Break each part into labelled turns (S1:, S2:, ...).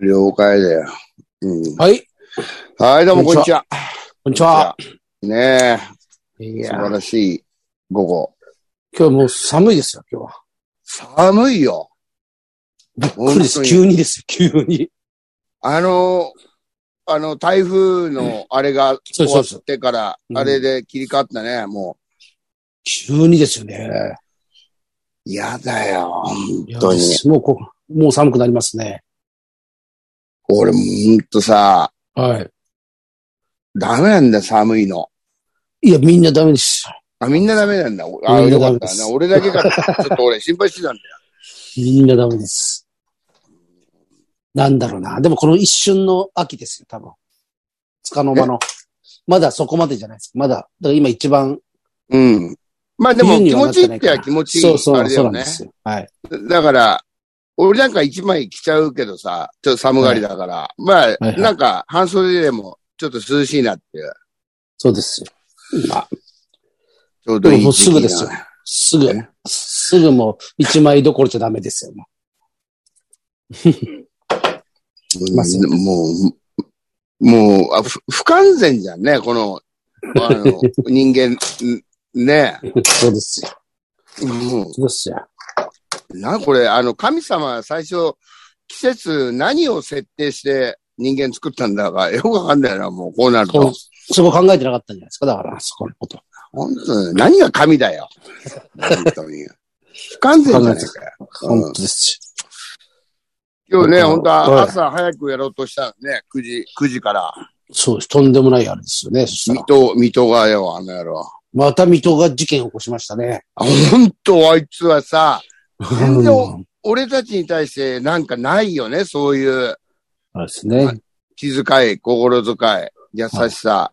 S1: 了解だよ。うん。
S2: はい。
S1: はい、どうもこ
S2: こ
S1: んに
S2: んに
S1: ち
S2: ち
S1: は。
S2: こんにちは。
S1: ね
S2: い
S1: え、素
S2: や、
S1: 晴らしい午後。
S2: 今日もう寒いですよ、今日は。
S1: 寒いよ。
S2: びっくりです。
S1: 本当に
S2: 急にですよ、急に。
S1: あの、あの、台風のあれが終
S2: そうそ
S1: わ
S2: うそう
S1: ってから、
S2: うん
S1: あれで切り替わったね、も
S2: 急にですよね。
S1: う。やだよ、
S2: い
S1: 本
S2: や
S1: 当に。
S2: もうこ、もう寒くなりますね。
S1: 俺、ほんとさ、
S2: はい。
S1: ダメなんだ、寒いの。
S2: いや、みんなダメです。
S1: あ、みんなダメなんだ。あ、
S2: みんな
S1: よか
S2: ダ
S1: っ
S2: メで
S1: た
S2: す
S1: な。俺だけか と。ちょっと俺心配してたんだよ。
S2: みんなダメです。なんだろうな。でもこの一瞬の秋ですよ、多分。つかの間の。まだそこまでじゃないですか。まだ、だから今一番、
S1: うん。まあでも
S2: 冬に
S1: 気
S2: はな
S1: 持
S2: っ
S1: ちい
S2: て
S1: い
S2: な
S1: っ
S2: い
S1: て
S2: から
S1: は気持ちいい。
S2: そうそ
S1: あ
S2: う、
S1: れだ
S2: そ
S1: よ
S2: うなんで
S1: ね。
S2: すよ。はい。
S1: だから、俺なんか一枚着ちゃうけどさ、ちょっと寒がりだから、まあ、
S2: はい
S1: なんか半袖でもちょっと涼しいなっていう、
S2: そうですよ。今、
S1: ちょうどいい時期な
S2: でももうすぐですよすぐ
S1: ね、
S2: すぐもう一枚どころじゃダメですよ。も
S1: うん
S2: まあそう
S1: もう、もうあふ不完全じゃんね、この、あ の、人間、んね
S2: うそうですよ。
S1: うん
S2: そうですよ。
S1: な、これ、あの、神様は最初、季節何を設定して人間作ったんだか、よくわかんないな、もう、こうなる
S2: そう
S1: と。
S2: そこ考えてなかったんじゃないですか。だから、そこのこと。
S1: 本当に何が神だよ。本当に。不完全じゃないかよ。
S2: 本当です
S1: 今日ね、
S2: うん
S1: 本当は
S2: はい
S1: 朝早くやろうとしたのね、9時、9時から。
S2: よ。そうです。とんでもないあれですよね。そした
S1: 水
S2: ら。
S1: 戸、水戸がよ、あの野郎。
S2: また水戸が事件を起こしましたね。
S1: あ本当、あいつはさ、全然
S2: うん
S1: 俺たちに対してなんかないよね、そういう
S2: そうですね。
S1: 気遣い、心遣い、優しさ。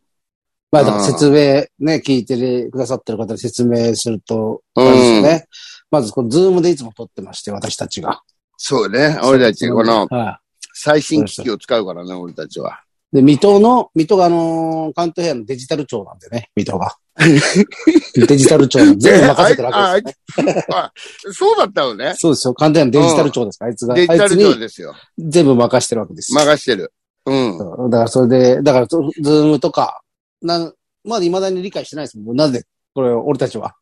S2: まあ、だから説明ね、聞いてくださってる方に説明すると、あれですよ
S1: うん。
S2: ね。まず、このズームでいつも撮ってまして、私たちが。
S1: そうね、俺たち、この
S2: は
S1: 最新機器を使うからね、俺たちは。
S2: い。で、水戸の、水戸があのー関東平野のデジタル庁なんでね、水戸が。デジタル庁なんで、全部任せてるわけです、ね。
S1: ああいつあそうだったのね。
S2: そうですよ。関東平野のデジタル庁ですから、あいつが。あ
S1: デ
S2: い
S1: ジタ
S2: つ
S1: ル庁
S2: に
S1: ですよ。
S2: 全部任してるわけですよ。
S1: 任してる。うん。
S2: そうだからそれで、だからそズームとか、なん、まだ未だに理解してないですもん。なぜ、これ、俺たちは。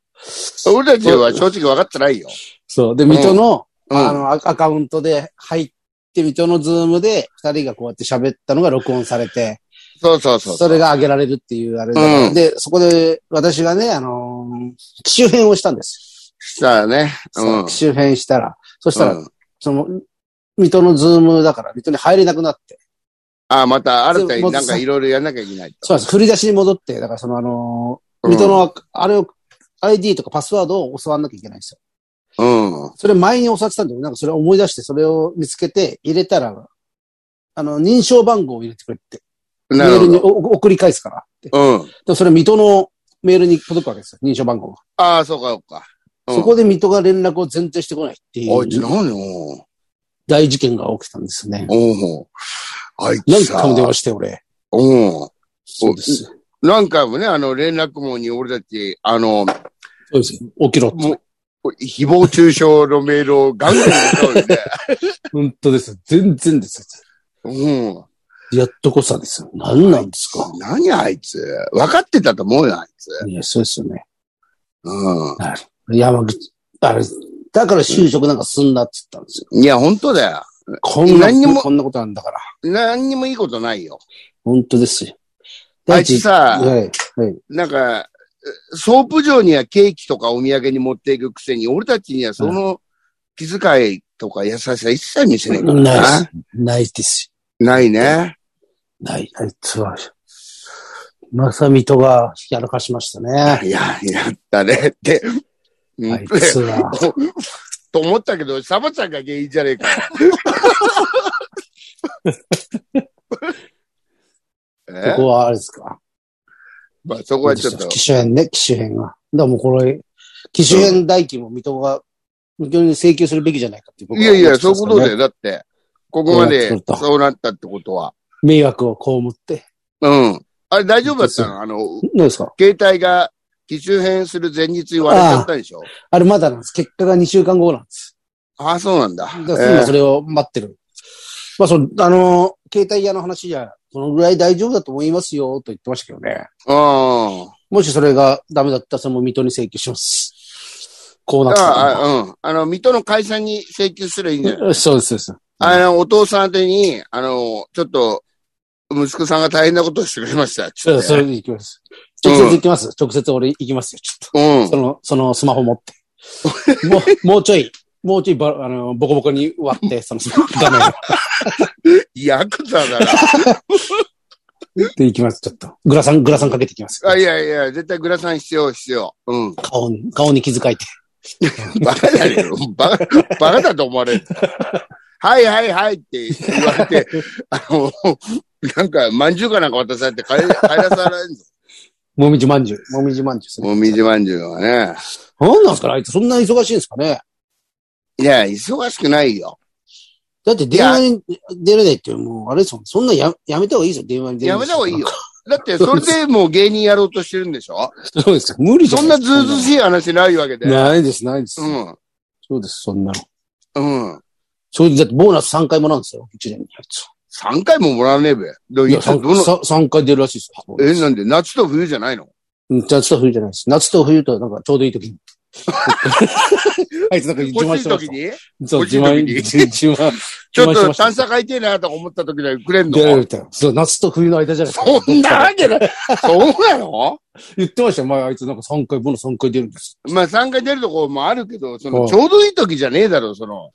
S1: 俺たちは正直分かってないよ。
S2: そう。で、水戸の、
S1: うん
S2: あの、アアカウントで入って、水戸のズームで、二人がこうやって喋ったのが録音されて、
S1: そうそうそう。
S2: それが上げられるっていうあれだから、
S1: うん
S2: で、そこで、私がね、あのー機種編をしたんです。
S1: したらね。
S2: そう
S1: うん。
S2: 機種編したら、そしたら、
S1: うん
S2: その、水戸のズームだから、水戸に入れなくなって、
S1: あまた新たになんか
S2: そう
S1: いろいろやんなきゃいけないと。
S2: そうなんです。振り出しに戻って、だからそのあの
S1: う
S2: ー
S1: ん
S2: 水戸の、あれを、ID とかパスワードを教わんなきゃいけないんですよ。
S1: うん。
S2: それ前に教わってたんだけど、なんかそれを思い出して、それを見つけて入れたら、あの、認証番号を入れてくれって、メ
S1: なる
S2: ー
S1: ほ
S2: ルに
S1: ど。
S2: おお送り返すからって。で
S1: うん。
S2: もそれ水戸のメールに届くわけですよ、認証番号が。
S1: ああ、そうか、そうか。うん
S2: そこで水戸が連絡を全然してこないってい
S1: あいつ
S2: う
S1: 何よ。
S2: 大事件が起きたんですね。
S1: おうあいつ
S2: 何回
S1: さ
S2: も。電話して、俺。
S1: うん。
S2: そうです。
S1: 何回もね、あの、連絡網に俺たち、あの、
S2: そうです。起きろって。
S1: もう、誹謗中傷のメールをガンガン送るよね。
S2: 本当です。全然です。
S1: うん。
S2: やっとこさですよ。何なんですか。
S1: 何あいつ。分かってたと思うよ、あいつ。
S2: いや、そうですよね。
S1: う
S2: 山口、あれ、だから就職なんかすんなって言ったんですよ。
S1: ん。いや、本当だよ。
S2: こんな、
S1: 何にも
S2: こんなことなんだから。
S1: 何にもいいことないよ。
S2: 本当ですよ。
S1: あいつさ、
S2: はい、はい。
S1: なんか、えソープ場にはケーキとかお土産に持っていくくせに、俺たちにはその気遣いとか優しさ一切見せないから
S2: ないです
S1: な。。
S2: ないです
S1: ないね。
S2: よ。ない。あいつは、まさみとがやらかしましたね。
S1: いや、やったねって。うん
S2: あいつは。
S1: と思ったけど、サバちゃんが原因じゃねえ か。 え
S2: ここはあれですか。
S1: まあ、そこはちょっ
S2: どう
S1: と
S2: でした、機種編ね、機種編が。だからもうこれ、機種編代金も水戸が、水戸に請求するべきじゃないかって僕はい
S1: やいや、そう
S2: 思
S1: いうこと
S2: ってますから
S1: だ
S2: ね
S1: よ。だって、ここまで
S2: こうなってくると
S1: そうなったってことは。
S2: 迷惑を被って。
S1: うん。あれ大丈夫だったのあの、
S2: どうですか
S1: 携帯が機種変する前日言われちゃったでしょ
S2: あれまだなんです。結果が2週間後なんです。
S1: ああ、そうなんだ。
S2: だから今それを待ってる。まあ、その、あの、携帯屋の話じゃ、このぐらい大丈夫だと思いますよ、と言ってましたけどね。
S1: あ
S2: もしそれがダメだったら、それも水戸に請求します。こ
S1: あ。
S2: うなってた
S1: ああ、うん。あの、水戸の会社に請求すればいいんじゃない
S2: ら。そうです、そうです。
S1: あの、お父さん宛てに、あの、ちょっと、息子さんが大変なことをしてくれました。ち
S2: そ
S1: ょ
S2: う、
S1: っと
S2: そ
S1: ね
S2: れで行きます。直接行きます。直接俺行きますよ、ちょ
S1: う
S2: っ
S1: ん
S2: と。そ。の、そのスマホ持っ て。もう、もうちょい、もうちょいば、あの、ボコボコに割って、その画面を。
S1: ヤクザだな。
S2: で行きます、ちょっと。グラサン、グラサンかけてきます。
S1: あいやいや、絶対グラさん必要、必要。うん。
S2: 顔に、顔に気遣いて。
S1: バカだよ。バカ、バカだと思われる。はいはいはいって言われて、 あの、なんか、まんじゅうかなんか渡されて帰、帰らされるんぞ。
S2: もみじまんじゅう。もみじまんじゅうですね。
S1: もみじまんじゅうはね。
S2: なんなんですかねあいつ、そんな忙しいんですかね
S1: いや、忙しくないよ。
S2: だって電話に出れないって、もう、あれですもん。そんなや、やめた方がいいですよ、電話に出れ
S1: や
S2: ない。
S1: めた方がいいよ。。だって、それでもう芸人やろうとしてるんでしょ
S2: そうですよ。無理じゃ
S1: そん
S2: な
S1: ないずうずうしい話ないわけで。
S2: ないです、ないです。
S1: うん。
S2: そうです、そんなの。
S1: うん。
S2: 正直、だってボーナス3回もらうんですよ、1年に。あいつ
S1: 3回ももらわねえべ。どう
S2: い
S1: い
S2: や、
S1: うどの、
S2: 3, 三回出るらしいですよ。
S1: え、なんで夏と冬じゃないの
S2: うん夏と冬じゃないです。夏と冬となんかちょうどいい 時に。あいつなんか自
S1: 欲
S2: 慢
S1: しい
S2: してま
S1: 時
S2: した。
S1: に
S2: そう、
S1: 欲し
S2: 自
S1: い時
S2: 慢、
S1: に
S2: 自慢。
S1: ちょっ
S2: 自慢し
S1: と
S2: ました
S1: 探査買いてえなと思った時だけくれん
S2: 出られる
S1: の
S2: みたいな。そう、夏と冬の間じゃないですか。
S1: そんなわけない。 そうなの
S2: 言ってましたよ。前あいつなんか3回、ボーナス3回出るんです。
S1: まあ3回出るとこもあるけど、そ
S2: うん
S1: の、ちょうどいい時じゃねえだろ、その。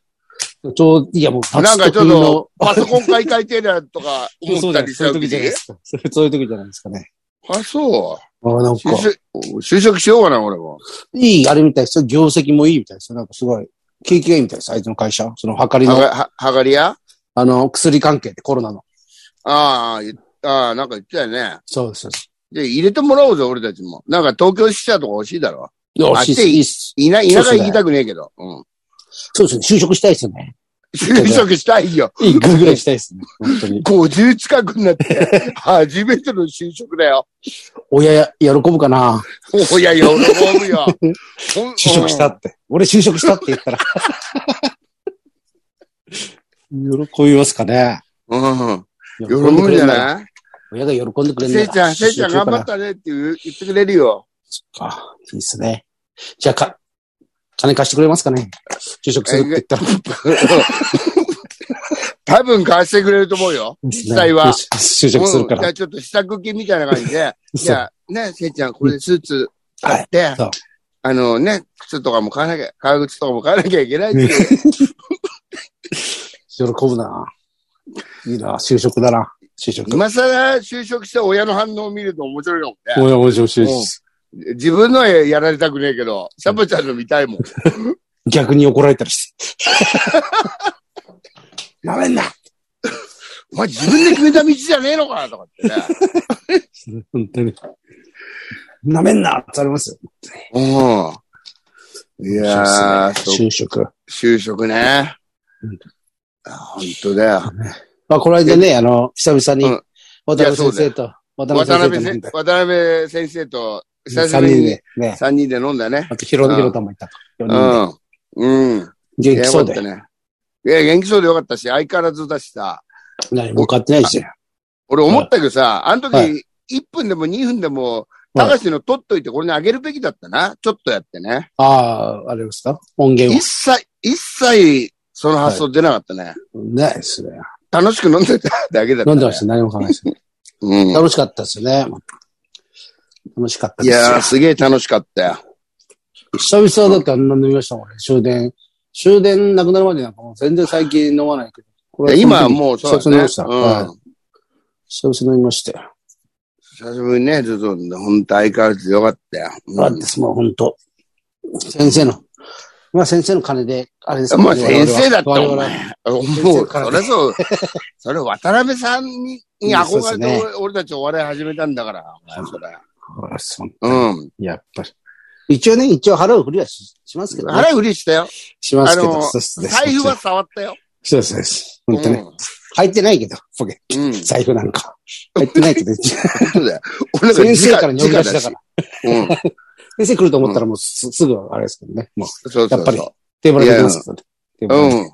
S2: ちょう、いやもう
S1: な
S2: 夏
S1: んか
S2: と
S1: ちょっ
S2: 冬の
S1: と、、パソコン買い替えてえなとか
S2: そ
S1: 思
S2: う
S1: っ
S2: じゃ
S1: た
S2: ない
S1: りし
S2: そうい
S1: た
S2: う
S1: 時
S2: 時じゃない
S1: に
S2: で。すか。そうそういう時じゃないですかね。
S1: あ、そ
S2: ああ、なん
S1: う。就
S2: か、
S1: 職、就職しようかな、俺も。
S2: いい、あれみたいですよ。業績もいいみたいですよ。なんかすごい、景気がいいみたいです。あいつの会社。その、はかり
S1: はが、
S2: の、
S1: ははがり屋
S2: あの、薬関係でコロナの。
S1: ああ、言っああ、なんか言ってたよね。
S2: そうです。そうです
S1: で、入れてもらおうぞ、俺たちも。なんか東京支社とか欲しいだろ。
S2: いや、
S1: あ
S2: 惜しいです。いいっす。
S1: いな、田舎
S2: そうっすね
S1: 行きたくねえけど。うん。
S2: そうですね。就職したいですよね。
S1: 就職したいよ。
S2: いいぐらいしたいですね。本当に。
S1: 50近くにな って、初めての就職だよ。
S2: 親や、喜ぶかな
S1: おやいや、喜ぶ よ。就
S2: 就職したって。俺就職したって 言ったら。喜びますかね。
S1: うん。
S2: 喜
S1: 喜ぶんじゃ
S2: い
S1: ない
S2: 親が喜んでくれる。
S1: せいちゃん、せいちゃん頑張ったたねって言う言ってくれるよ。
S2: あいいっすね。じゃあ、か、金貸してくれますかね就職するって言ったら。
S1: 多分貸してくれると思うよ。
S2: 実
S1: 際は
S2: 就職するか
S1: うんじゃ
S2: ら。
S1: あちょっと試作金みたいな感じで。じ
S2: そう
S1: ゃあ、ね、せいちゃん、これでスーツ買って、
S2: そう
S1: あのね、靴とかも買わなきゃ、革靴とかも買わなきゃいけないっていう
S2: 喜ぶな。いいな、就職だな。就職。
S1: 今更就職した親の反応を見ると面白いかもね。
S2: 親も就職です。
S1: 自分のはやられたくねえけど、サボちゃんの見たいもん。
S2: 逆に怒られたりして。なめんな
S1: お前自分で決めた道じゃねえのかとか ってね。
S2: 本当に。なめんなってありますよ。
S1: うん。いやー、そう
S2: 就職。
S1: 就職ね
S2: うん。
S1: あ本当だよ。
S2: まあ、この間ね、あの、久々
S1: う
S2: に
S1: ん、
S2: 渡辺先生と、渡辺
S1: 渡
S2: 先生と
S1: 辺
S2: 飲ん
S1: 先
S2: で、
S1: 渡辺先生と、久し
S2: 3
S1: ぶり
S2: 人
S1: に
S2: で、ね。
S1: 3人で飲んだね。
S2: あと、ヒロ
S1: うん
S2: ヒロタも行ったと。四
S1: う
S2: 人
S1: ん。うん。
S2: で
S1: い
S2: 元
S1: や
S2: 気
S1: よ
S2: そ
S1: か
S2: う
S1: っ
S2: で
S1: た。ね。いや、元気そうでよかったし、相変わらずだしさ。
S2: 何も買ってないですよ。
S1: 俺思ったけどさ、あの時、
S2: は
S1: 1分でも2分でも、
S2: は
S1: 高
S2: い
S1: 橋の取っといてこれにあげるべきだったな。ちょっとやってね。
S2: ああ、あれですか音源
S1: 一切、一切、その発想出なかったね。
S2: を。ないですね。
S1: 楽しく飲んでただけだった、ね。
S2: 飲んでました。何も買わないです。
S1: うん。
S2: 楽しかったですね。楽しかった
S1: い
S2: ですよ。
S1: やー、すげえ楽しかったよ。
S2: 久々だってあんな飲みましたもんね、終電。終電なくなるまでなんかもう全然最近飲まないけど。こ
S1: いや今はもう
S2: 久
S1: そうだね。
S2: 々飲みました。はい
S1: うん。
S2: 久々飲みましたよ。
S1: 久しぶりにね、ずっと、ほんと相変わらずよかったよ。うん
S2: だってもう本当先生の、まあ先生の金で、あれです
S1: まあ先生だって
S2: 我
S1: お
S2: 々は
S1: 前、もう、
S2: 生から
S1: それそう、 それ渡辺さんにに
S2: そうで
S1: 憧
S2: す
S1: れて
S2: ね
S1: 俺俺たちお笑い始めたんだから、お前それ。
S2: 我々はそう
S1: うん。
S2: やっぱり。一応ね、一応払うふりはししますけど、ね。
S1: 腹売りしたよ。
S2: します
S1: あ
S2: けど、
S1: の
S2: そうですね
S1: 財布は触ったよ。
S2: そうですそうです。本当ね。入ってないけど、ポケ
S1: うん。うん。
S2: 財布なんか。入ってないけ ど、一応
S1: 本当だよ。俺
S2: 先生から呼び出しだ
S1: か
S2: からら。
S1: 直々だし。
S2: 先生来ると思ったらもうすすぐあれですけどね。もう
S1: うん。そうそうそう。
S2: やっぱりテーブルできますけどね。テーブル
S1: う
S2: で
S1: ん。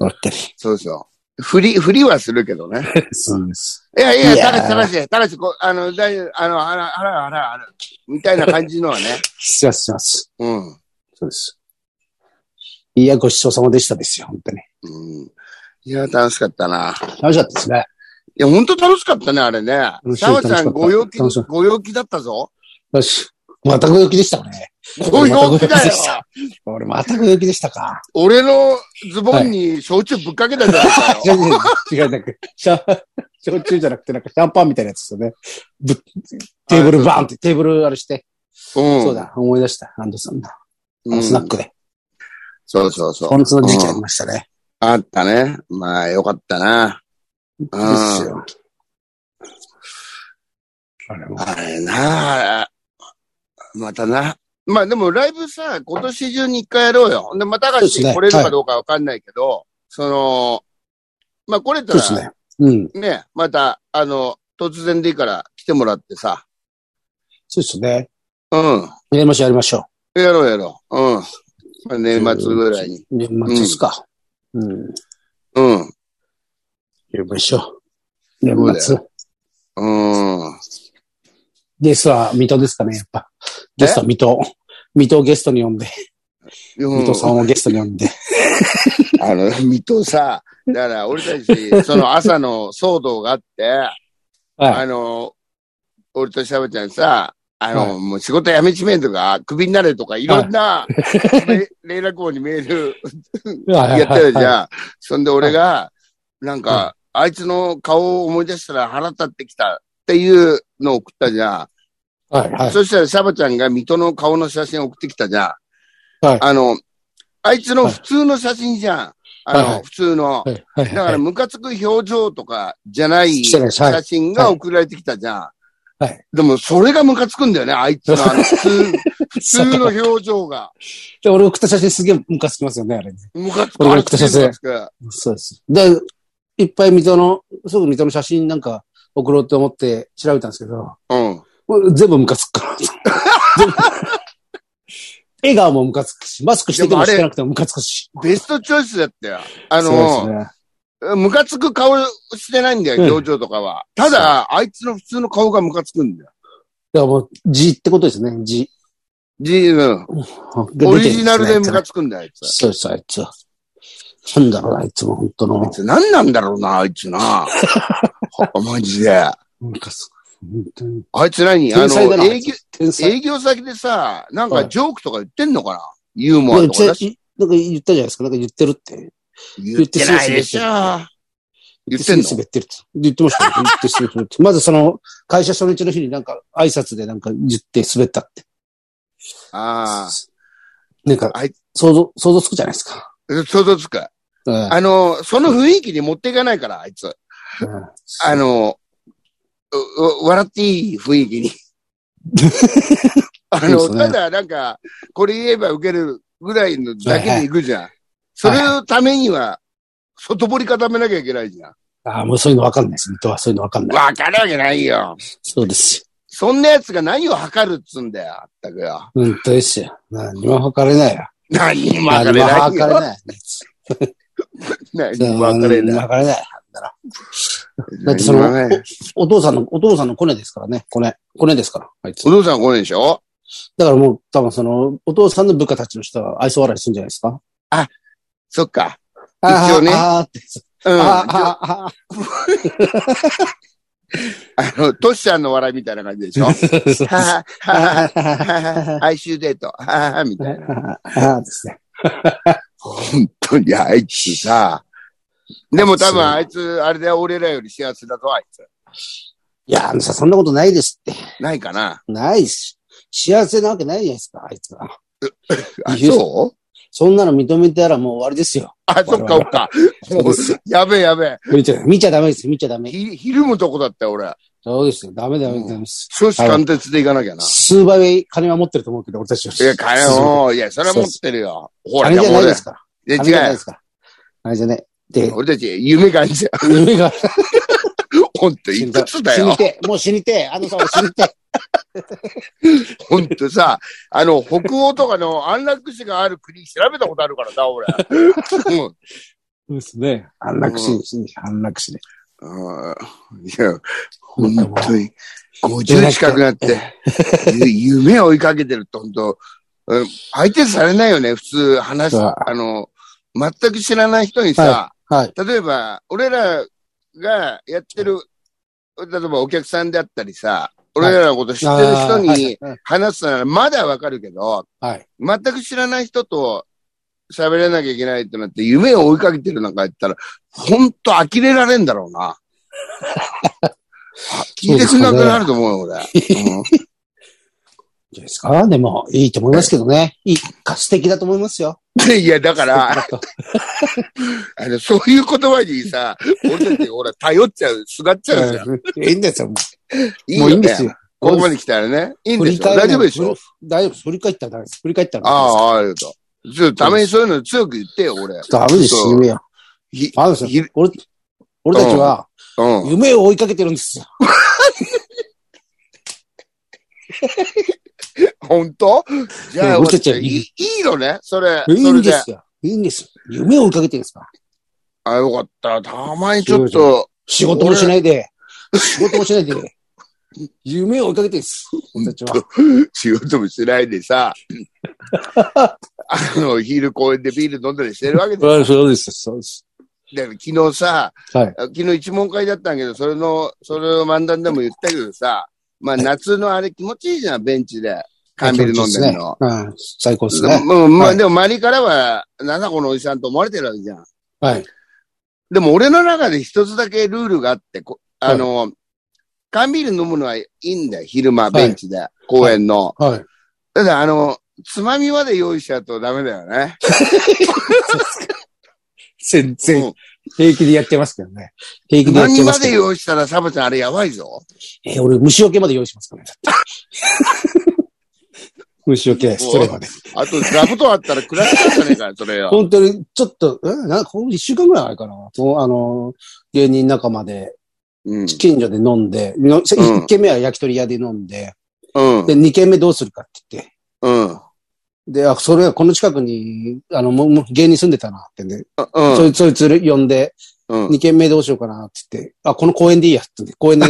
S2: 座って。
S1: そうそ振り、振りはするけどね。
S2: そうです。
S1: いやいや、
S2: いや
S1: た
S2: ー
S1: らし、たらし、たらし、こあの、だいあの、あら、あら、あら、あら、みたいな感じのはね。
S2: します、します。
S1: うん。
S2: そうです。いや、ごちそうさまでしたですよ、本当に。
S1: うん。いや、楽しかったな。
S2: 楽しかったですね。
S1: いや、本当楽しかったね、あれね
S2: 楽。し
S1: シ
S2: い
S1: ャワちゃん、
S2: 楽しかった
S1: ご陽気
S2: 楽しかっ、た
S1: ご陽気だったぞ。
S2: よし。またご陽気でしたね。
S1: ご陽気だよ
S2: 俺またご陽気で。した俺、またご陽気でしたか。
S1: 俺のズボンに焼酎ぶっかけたじゃないかよ。
S2: 違う違う違う、なんか、シャ、焼酎じゃなくて、なんかシャンパンみたいなやつですよね。ぶっテーブルバーンって、テーブルあれして。
S1: うん。
S2: そう。だ、思い出した、アンドさんだ。あ
S1: う
S2: の
S1: ん、
S2: スナックで。
S1: そうそうそう。
S2: 本当の時期ありましたね。
S1: あったね。まあ、よかったな。うん。
S2: ですよ。あれも。
S1: あれなあまたな。まあでもライブさ、今年中に一回やろうよ。ほんで、またが
S2: そうです
S1: し
S2: ね
S1: 来れるかどうかわかんないけど、その、まあ来れた
S2: そうです
S1: ら
S2: ね。うん。
S1: ね、また、あの、突然でいいから来てもらってさ。
S2: そうですね。
S1: うん。
S2: やりましょう、やりましょう。
S1: やろうやろう。うん。まあ、年末ぐらいに。
S2: 年末ですか。うん。
S1: うん。
S2: やりましょう。年末。
S1: うん。
S2: ゲストは水戸ですかね、やっぱ。ゲストは水戸。水戸をゲストに呼んで、水戸さんをゲストに呼んで。
S1: あの、水戸さ、だから俺た ち、その朝の騒動があって、
S2: は
S1: あ
S2: い。
S1: の、俺とシャバちゃんさ、あの、もう仕事辞めちめえとか、クビになれとか、いろんな、れ 連絡網にメール
S2: や
S1: やってるじ
S2: ん。
S1: ゃん。そんで俺が、なんか、あいつの顔を思い出したら腹立ってきたっていうのを送ったじゃ
S2: はい、は
S1: ん。
S2: い。
S1: そしたらシャバちゃんが水戸の顔の写真を送ってきたじゃん。
S2: はい
S1: あの、あいつの普通の写真じゃん。あ
S2: はいは
S1: の、
S2: い
S1: 普通の。
S2: はい、はい。
S1: だから、ムカつく表情とかじゃない
S2: してないですはい
S1: 写真が送られてきたじゃん。
S2: いはい
S1: でも、それがムカつくんだよね、あいつの あの普通、普通の
S2: そう
S1: 表情が。
S2: で俺送った写真すげえムカつきますよね、あれね。
S1: ムカつく。
S2: これ
S1: あれ
S2: ムカつく
S1: すげえムカつく
S2: そうです。で、いっぱい水戸の、すぐ水戸の写真なんか送ろうと思って調べたんですけど、
S1: うん。
S2: もう全部ムカつくから。 全部笑顔もムカつくし、マスクしててもしてなくてもムカつくし。
S1: ベストチョイスだったよ。あ
S2: そうで
S1: の、ムカつく顔してないんだ
S2: うん
S1: よ、表情とかは。ただ、あいつの普通の顔がムカつくんだよ。
S2: すね。だからもう、字ってことですね、字。
S1: ジー
S2: で
S1: オリジナルで
S2: 出て
S1: ム
S2: るん
S1: カ
S2: ですね
S1: つくんだよ、あいつ。
S2: そうです、あいつは。なんだろうな、あいつも本当
S1: あい
S2: の。
S1: つ何なんだろうな、あいつ な。マジで。あ
S2: ムカつく。本当に。
S1: いつ何あ
S2: 天才だ
S1: の、
S2: な。
S1: 営業、
S2: 天才。
S1: 営業先でさ、なん
S2: は
S1: か
S2: い
S1: ジョークとか言ってんのかな、ユーモ
S2: な
S1: ア
S2: ん
S1: と
S2: か
S1: か出し
S2: なんか言ったじゃないですか。なんか言ってるって。
S1: 言ってないでしょ。言ってんの
S2: 滑ってるって。言ってましたよ。言って滑って る。まずその、会社初日の日になんか挨拶でなんか言って滑ったって。
S1: あ
S2: なんか
S1: あい、
S2: 想像、想像つくじゃないですか。
S1: あ。想像つく。
S2: うん
S1: あの、その雰囲気に持っていかないから、あいつ。
S2: うん
S1: あの、うう笑っていい雰囲気 に。あ
S2: そ
S1: の、
S2: うですね
S1: ただなんか、これ言えば受けるぐらいのだけでいくじゃん。そ
S2: はい
S1: れのためには、外堀固めなきゃいけないじゃん。
S2: ああ、もうそういうのわかんないです。水戸はそういうのわかんない。
S1: わかるわけないよ。
S2: そうです
S1: そんな奴が何を測るっつうんだよ、まったくよ。
S2: よ。本当ですよ。何にも測れないよ。
S1: 何にも
S2: 何
S1: 測
S2: に
S1: れ
S2: も
S1: ないよ。
S2: 測れない。
S1: 何
S2: 何
S1: に
S2: に
S1: も
S2: も
S1: 測れない。
S2: 測れない。だってその
S1: 何にも測れない
S2: お父さんの、お父さんのコネですからね。コネ。コネですから。あいつ
S1: お。父さん来ないでしょ
S2: だからもう、多分その、お父さんの部下たちの人は愛想笑いするんじゃないですか
S1: そっか。一応ね
S2: あーあーって。
S1: うん。
S2: あ
S1: あ
S2: ーあー、あー
S1: の、トシちゃんの笑いみたいな感じでし ょはははははは 哀愁デート。はははみたいな。
S2: あーあーですね。
S1: 本当にあいつさ。でも多分あいつ、あれで俺らより幸せだぞ、あいつ。
S2: いや、あのさ、そんなことないですって。
S1: ないかな。
S2: ないし。幸せなわけないじゃないですか、あいつは。
S1: あ、
S2: いや
S1: そう
S2: そんなの認めたらもう終わりですよ。
S1: あ、そっか、そっか。
S2: そうですよ。
S1: やべえ、やべえ。
S2: 見ちゃ見ちゃダメですよ、見ちゃダメ。
S1: ひ、ひるむとこだったよ、俺。
S2: そうですよ、ダメだ
S1: う
S2: よ、
S1: ん
S2: ダメです。
S1: 少子貫徹でいかなきゃな。
S2: 数倍金は持ってると思うけど、俺たちは。
S1: いや、金
S2: そう
S1: を、いや、それは持ってるよ。ほら、
S2: 金じゃない
S1: 俺
S2: ですから。
S1: いや、
S2: 金じゃな
S1: 違う
S2: いで
S1: よ。
S2: すから。金じゃない。で、
S1: 俺たち、夢感じ た。
S2: 夢が
S1: ほんと、いくつだ
S2: 死に
S1: よ。
S2: てえ、もう死にてえ、あのさ、俺死にてえ。
S1: ほんとさ、あの、 北欧とかの安楽死がある国調べたことあるからな、俺。うん
S3: そうですね。
S2: 安楽死ですね。安楽死で。
S1: あーいや、本当に、50近くなって、 ゆ夢を追いかけてると、本当うん相手されないよね、普通話、
S2: う
S1: あ
S2: わ
S1: の、全く知らない人にさ、
S2: はい。
S1: 例えば、俺らがやってる、例えばお客さんであったりさ、俺らのこと知ってる人に
S2: あーはい
S1: 話すならまだわかるけど、
S2: はい。
S1: 全く知らない人と喋らなきゃいけないってなって、夢を追いかけてるなんか言ったら、ほんと呆れられんだろうな。あ 聞いてくんなくなると思うよ、俺。うん
S2: いいですかでも、いいと思いますけどね。いい、歌詞的だと思いますよ。
S1: いや、だから、あの、そういう言葉にさ、俺たち、ほら、頼っちゃう、すがっちゃ うじゃん。
S2: いいんですよ。も
S1: いいう
S2: いい
S1: よ
S2: んで
S1: ね
S2: す。よ。
S1: ここまで来たらね。いいんでしょ
S2: 振り返
S1: 大
S2: らない
S1: 丈夫でしょ
S2: 大丈夫です。振り返ったらダメです。振り返ったらダメで
S1: あ
S2: す。
S1: あ、ありがとう。ちょっとたまにそういうの強く言ってよ、俺。
S2: ダメです、
S1: そう
S2: 夢よ。
S1: ひ
S2: あるんです
S1: ひ
S2: よ。俺、俺たちは、
S1: うん。
S2: 夢を追いかけてるんですよ。
S1: 本当じゃあ、
S2: うん
S1: 俺
S2: 俺たちはい
S1: いいいのねそれ。
S2: いい
S1: それ
S2: んで
S1: で。
S2: すよ。いいんですよ。夢を追いかけてるんですから。
S1: あ、よかった。たまにちょっと、
S2: 仕事もしないで、仕事もしないで、 夢を追いかけてるんです。俺たちは。
S1: 仕事もしないでさ、 あの、昼公園でビール飲んだりしてるわけで。
S3: うんそうです、そうです。
S1: だから昨日さ、
S3: はい
S1: 昨日一問会だったんだけど、それの、それの漫談でも言ったけどさ、まあ夏のあれ気持ちいいじゃん、ベンチで。缶ビール飲んでるの。
S2: うん、最高ですね。
S1: うん、まあ、
S2: はい
S1: でも周りからは、七子のおじさんと思われてるわけじゃん。
S2: はい。
S1: でも俺の中で一つだけルールがあって、こあの、缶ビール飲むのはいいんだよ。昼間、
S2: い
S1: ベンチで、公園の。
S2: はい。
S1: ただ、あの、つまみまで用意しちゃうとダメだよね。
S3: 全
S1: う
S3: 然、
S1: ん
S3: 平気でやってますけどね。
S2: 平気でやっ
S1: 何
S2: てま
S1: ます
S2: け
S1: で
S2: ど。
S1: 用意したらサボちゃんあれやばいぞ。
S2: えー俺、虫除けまで用意しますからね。
S3: 虫除け、それまで。
S1: あと、座布団あったら暮らしちゃうじゃねえかよ、それよ。
S2: 本当に、ちょっと、えなんか、この一週間ぐらい前かな。そう、あの、芸人仲間で、
S1: うん。
S2: 近所で飲んで、の一
S1: うん
S2: 軒目は焼き鳥屋で飲んで、
S1: うん。
S2: で、二軒目どうするかって言って、
S1: うん。うん。
S2: で、あ、それはこの近くに、あの、もうもう芸人住んでたなってんで、
S1: う
S2: そいそいつ呼んで、
S1: ん。
S2: 二軒目どうしようかなって言って、あ、この公園でいいやって言って、公園で、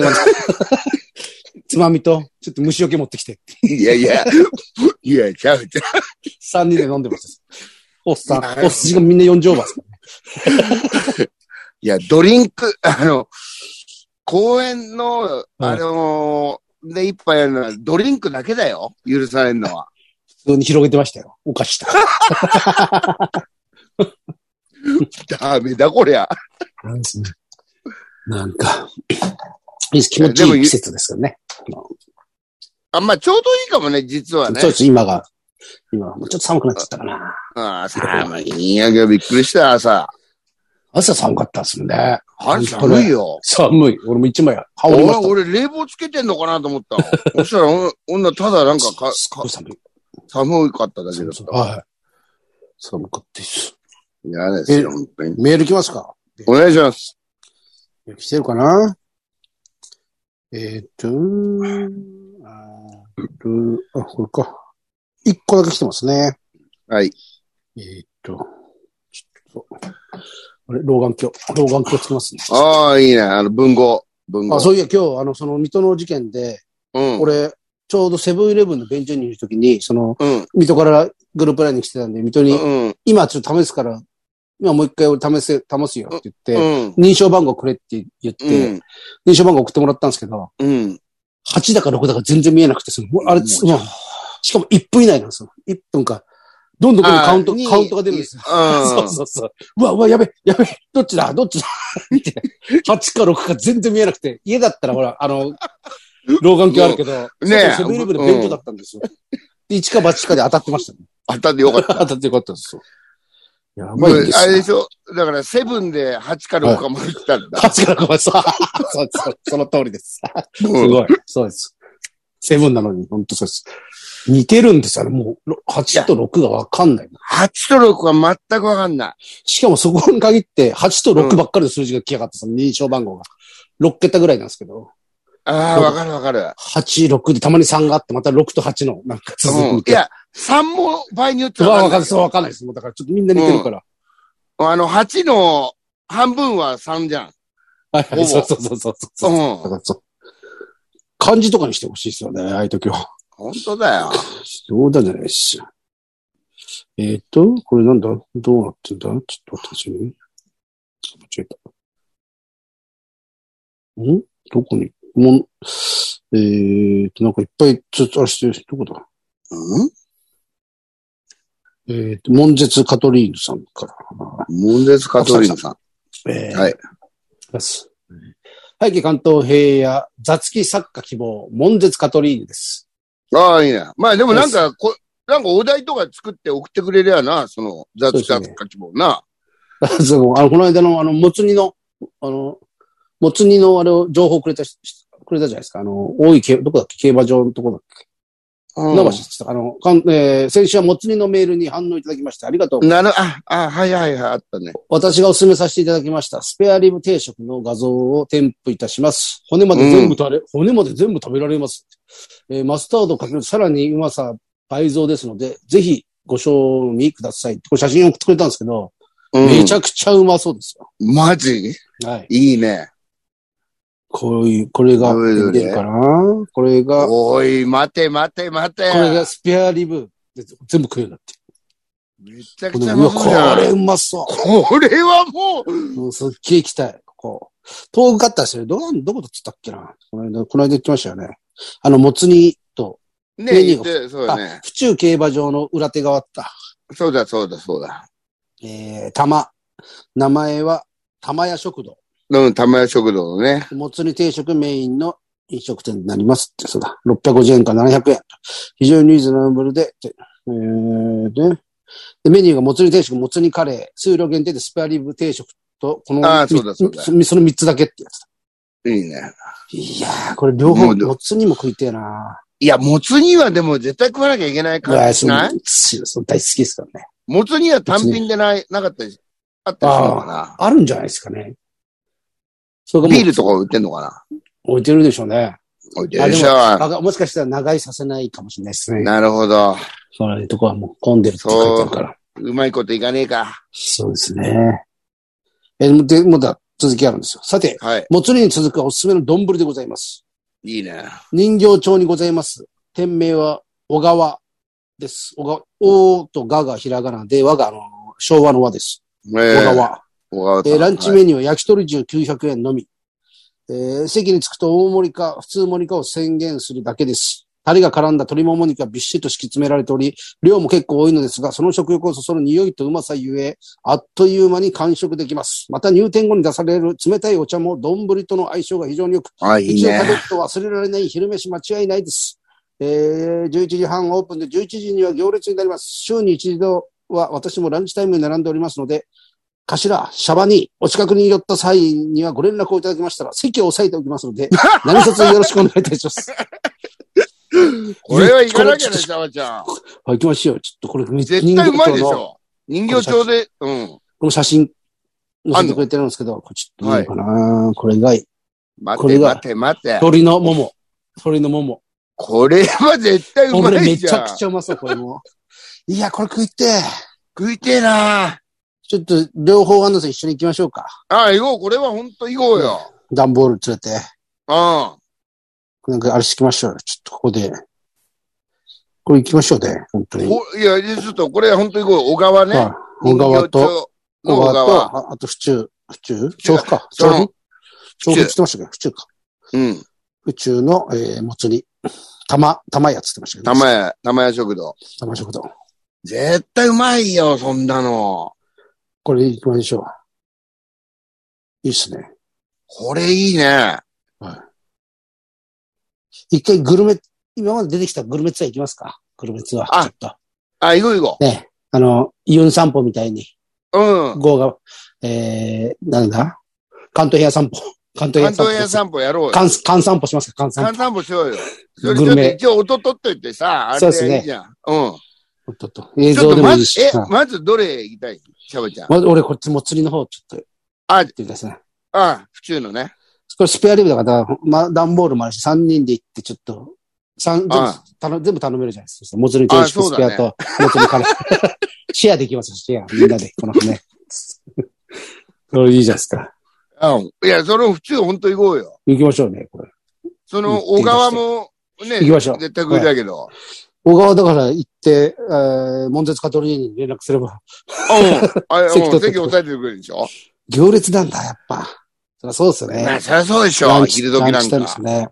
S2: つまみと、ちょっと虫除け持ってきて、
S1: いやいや、いや、ちゃうちゃう。
S2: 三人で飲んでます。おっさ
S1: いや
S2: ん、おっさんがみんな40オーバーですからね。
S1: いや、ドリンク、あの、公園の、あのーで一杯やるのはドリンクだけだよ。許されるのは。
S2: 普通に広げてましたよ。お菓子とか。
S1: ダメだ、こりゃ。
S2: なんですね。なんか、いいです気持ちいい季節ですよね。
S1: あ、まあ、ちょうどいいかもね、実はね
S2: そう。です、今が。今、もうちょっと寒くなっちゃったかな。
S1: ああ、寒いんやけど、びっくりした、朝。
S2: 朝寒かったですもんね。
S1: あれ、寒いよ。
S2: 寒い。俺も一枚羽織りま
S1: 俺、
S2: した。
S1: 俺、冷房つけてんのかなと思 ったの。そしたら、お女、ただなんかか
S2: すっごい寒い。
S1: 寒かっただけ
S2: そ
S1: ど
S2: う。そうはい。寒かったです。
S1: 嫌ですよ、本当に。
S2: メール来ますか
S1: お願いします。
S2: 来てるかなえーっと、あーっと、あ、これか。一個だけ来てますね。
S1: はい。
S2: えーっと、ちょっと、あれ、老眼鏡。老眼鏡つけますね。
S1: ああ、いいね。あの、文豪。文豪。
S2: あ、そういや、今日、あの、その、水戸の事件で、
S1: うん。
S2: 俺、ちょうどセブンイレブンの便所にいるときに、その、
S1: うん。
S2: 水戸からグループラインに来てたんで、水戸に、
S1: うん。
S2: 今ちょっと試すから、今もう一回俺試せ、試すよって言って、
S1: うん。
S2: 認証番号くれって言って、
S1: うん。
S2: 認証番号送ってもらったんですけど、
S1: うん。
S2: 8だか6だか全然見えなくて、そのあれ、
S1: もう
S2: そのしかも1分以内なんですよ。1分か。どんどんどんどんカウント、カウントが出るんですよ。 そう
S1: う
S2: そうそう。うわ、うわ、やべ、やべ、どっちだ、どっちだ、 みたいな。8か6か全然見えなくて、家だったらほら、あ の、老眼鏡あるけど、
S1: ん。ねえ。
S2: セブンイレブンの弁当だったんですよ。で、1か8かで当たってましたね。
S1: 当たってよか った。
S2: 当たってよかったです。やばいです
S1: あれで
S2: ね。
S1: しょだから、セブンで8か6かも入った んだ。
S2: 8か6か、そう、そうそう その通りです。
S1: す
S2: すごい。そうです。セブンなのに、本当そうです。似てるんですよね。もう、ろ8と6がわかんない。
S1: 8と6は全くわかんない。
S2: しかもそこに限って、8と6ばっかりの数字が来やがって、その認証番号が。6桁ぐらいなんですけど、
S1: ああ、わかるわかる。
S2: 8、6でたまに3があって、また6と8の、なんか続く
S1: うん
S2: み
S1: い
S2: たいな。
S1: や、3も場合によって
S2: わわ
S1: わか
S2: かんない、
S1: る。
S2: そうわかんないです。もうだからちょっとみんな似てるから。
S1: あの、8の半分は3じゃん。
S3: はいはい、そうそうそうそうそうう。
S1: ん。
S2: 漢字とかにしてほしいですよね、ああいう時は。
S1: 本当だよ。
S2: 冗談じゃないっしょ。えーっ、と、これなんだどうなってんだちょっと私に。間違えた。んどこにもん、えーっ、と、なんかいっぱい、ちょっと、あ、失礼どこだ
S1: うん
S2: えーっ、と、門絶カトリーヌさんからか
S1: モンデスカトリーヌさん。
S2: な。えー
S1: はい。
S2: ます。背景関東平野、雑記作家希望、門絶カトリーヌです。
S1: ああ、いいね。まあでもなんか、こなんかお題とか作って送ってくれりゃな、その雑誌
S2: そう
S1: 書
S2: ですね
S1: きもな。
S2: そう、あの、この間の、あの、もつ煮の、あの、もつ煮の、あれを、情報をくれたし、くれたじゃないですか。あの、大井競、どこだっけ競馬場のとこだっ
S1: う
S2: け
S1: ん
S2: 船橋でした。あの、かんえー先週はもつ煮のメールに反応いただきまして、ありがとう。
S1: なる、あ、あ、はいはいはい、あったね。
S2: 私がお勧めさせていただきました、スペアリブ定食の画像を添付いたします。骨まで全部食べ、骨まで全部食べられます。えーマスタードかけるとさらにうまさ倍増ですので、ぜひご賞味ください。これ写真送ってくれたんですけど、
S1: うん。
S2: めちゃくちゃうまそうですよ。
S1: マジ
S2: はい。
S1: いいね。
S2: こういう、これが、
S1: どれどれ
S2: 出てるかなこれが、こ
S1: おい、待て待て待て。
S2: れがスペアリブで全部食えるんだって。
S1: めちゃ
S2: こ
S1: く
S2: れ
S1: ちゃ
S2: うわ
S1: うまそうじゃん
S2: これうまそ
S1: これはもう、
S2: う。もうすっげえ行きたい。こう。遠かったですよ。どこ、どことつったっけなこの間、この間言ってましたよね。あの、もつ煮と、
S1: ね、
S2: メニ
S1: 言っ
S2: ューが
S1: て、そうだね。
S2: 府中競馬場の裏手側あった、
S1: そうだそうだそうだ。
S2: えー、玉。名前は、玉屋食堂。
S1: うん、玉屋食堂のね。
S2: もつ煮定食メインの飲食店になりますって、そうだ。650円か700円。非常にリーズナブルで、でえー、で、でメニューがもつ煮定食、もつ煮カレー、数量限定でスペアリブ定食と、この、
S1: あーそうだそうだ
S2: みその3つだけってやつだ。
S1: いいね。
S2: いやー、これ両
S1: も
S2: 方、
S1: うど
S2: もつ煮も食いてえな
S1: はいや、もつ煮はでも絶対食わなきゃいけない
S2: いや
S1: 感
S2: ー
S1: じし
S2: そ
S1: な
S2: の
S1: い
S2: そう大好きですからね。
S1: もつ煮は単品でない、なかったりし、あったりするのかな
S2: あるんじゃないですかね。それがもう
S1: ビールとか売ってんのかな
S2: 置いてるでしょうね。
S1: おいでしょ。
S2: あがもしかしたら長居させないかもしれないですね。
S1: なるほど。
S2: そういうとこはもう混んでるって書いてあるから。
S1: うまいこといかねえか。
S2: そうですね。え、で、まだ続きあるんですよ。さて、
S1: はい。
S2: もつれに続くおすすめの丼でございます。
S1: いいね。
S2: 人形町にございます。店名は小川です。小川、おとががひらがなで、和があの、昭和の和です。
S1: え
S2: 小
S1: ー、
S2: 川。
S1: 小川さん。
S2: えーランチ
S1: はい
S2: メニューは焼き鳥重900円のみ。えー席に着くと大盛りか普通盛りかを宣言するだけです。タレが絡んだ鶏もも肉がびっしりと敷き詰められており、量も結構多いのですが、その食欲をそそる匂いとうまさゆえ、あっという間に完食できます。また入店後に出される冷たいお茶も丼との相性が非常に良く、
S1: あ、いい
S2: 一度食べ
S1: ね。
S2: ると忘れられない昼飯間違いないです。えー、11時半オープンで11時には行列になります。週に一度は私もランチタイムに並んでおりますので、頭、シャバにお近くに寄った際にはご連絡をいただきましたら、席を押さえておきま すので、何卒よろしくお願いいたします。
S1: これはいかなきゃ
S2: こ
S1: ね、
S2: れ
S1: シャワちゃん。
S2: はい、行きましょう。ちょっとこれ、
S1: 絶対うまいでし
S2: 人形町の
S1: ょ。人形町で、うん。
S2: この写真、載せてくれてるんですけど、これちょっとどうかな、これがいい、
S1: 待
S2: こ
S1: て
S2: れが
S1: 待て待て。
S2: 鳥のもも。鳥のもも。
S1: これは絶対う
S2: こ
S1: ま
S2: れめ
S1: い
S2: ち
S1: じゃ
S2: ゃ
S1: ん。
S2: くちゃうまそう、これも。いや、これ食いてえ。
S1: 食いてえな
S2: ちょっと、両方アンナさん一緒に行きましょうか。
S1: あ、行こう。これは本当行こうよ。
S2: 段ボール連れて。
S1: うん。
S2: なんか、あれしきましょうよ。ちょっとここで。これ行きましょうね。本当に。
S1: こいや、ちょっとこれ本当行こう。小川ね。
S2: はい小川と、
S1: 人形町の
S2: 小
S1: 小
S2: 川
S1: 川。
S2: と、ああと府中、府中調布か。
S1: そ
S2: 調
S1: う
S2: 布調布
S1: 府
S2: っ
S1: 中
S2: て言ってましたけど、府中か。
S1: うん。
S2: 府中の、えー、もつ煮。玉、玉屋っつってましたけど、
S1: 玉屋、玉屋食堂。
S2: 玉食堂。
S1: 絶対うまいよ、そんなの。
S2: これ行きましょう。いいっすね。
S1: これいいね。
S2: 一回グルメ、今まで出てきたグルメツアー行きますかグルメツアー。
S1: あ
S2: ちょっと。
S1: あ、行こう行こ
S2: ね。あの、イオン散歩みたいに。
S1: う。うん。
S2: ゴーが、えー、なんだ関東平野散歩。 関東
S1: 関
S2: 平
S1: 東
S2: 野
S1: 屋
S2: 散
S1: 散歩やろう
S2: 歩。
S1: よ。
S2: 関、関散歩しますか関散
S1: 関
S2: 歩。
S1: 散歩しようよ。それ
S2: グルメ
S1: ちょっと一応音取っといてさ、あ
S2: そう
S1: れ
S2: ですね
S1: でいいじゃん。うん。
S2: おっとっと。映
S1: ちょ
S2: 像
S1: っ
S2: で
S1: と
S2: も
S1: ま
S2: いい
S1: ず、
S2: し。
S1: え、
S2: はい
S1: まずどれ行きたいしゃべちゃん。
S2: まず俺こっちも釣りの方ちょっと。
S1: あ
S2: 行ってください。
S1: あ、府中のね。
S2: これスペアリブだから、ま、段ボールもあるし、3人で行ってちょっと、三全部
S1: あ
S2: 頼全部頼めるじゃない ですか。もつ煮定
S1: あそ
S2: 食
S1: う
S2: ス
S1: だ
S2: ペ
S1: ね
S2: アと、もつ煮カレー。シェアできますよ、シェア。みんなで、このね。
S3: それいいじゃないですか。
S1: うん。いや、その府中本当行こうよ。
S2: 行きましょうね、これ。
S1: その小川も、ね、
S2: 行きましょう
S1: 絶対食いだけど。
S2: 小川だから行って、えー、門前カトリーに連絡すれば、
S1: う ん。あれ、
S2: 席取って
S1: うん席押さえてくれるでしょ
S2: 行列なんだ、やっぱ。そりゃそうですね。
S1: まあ、そりゃそうでし
S2: ラ
S1: ょ。
S2: ンチ
S1: 昼時
S2: ラ
S1: な
S2: ン
S1: ん
S2: チタイ
S1: か
S2: ム。ですね。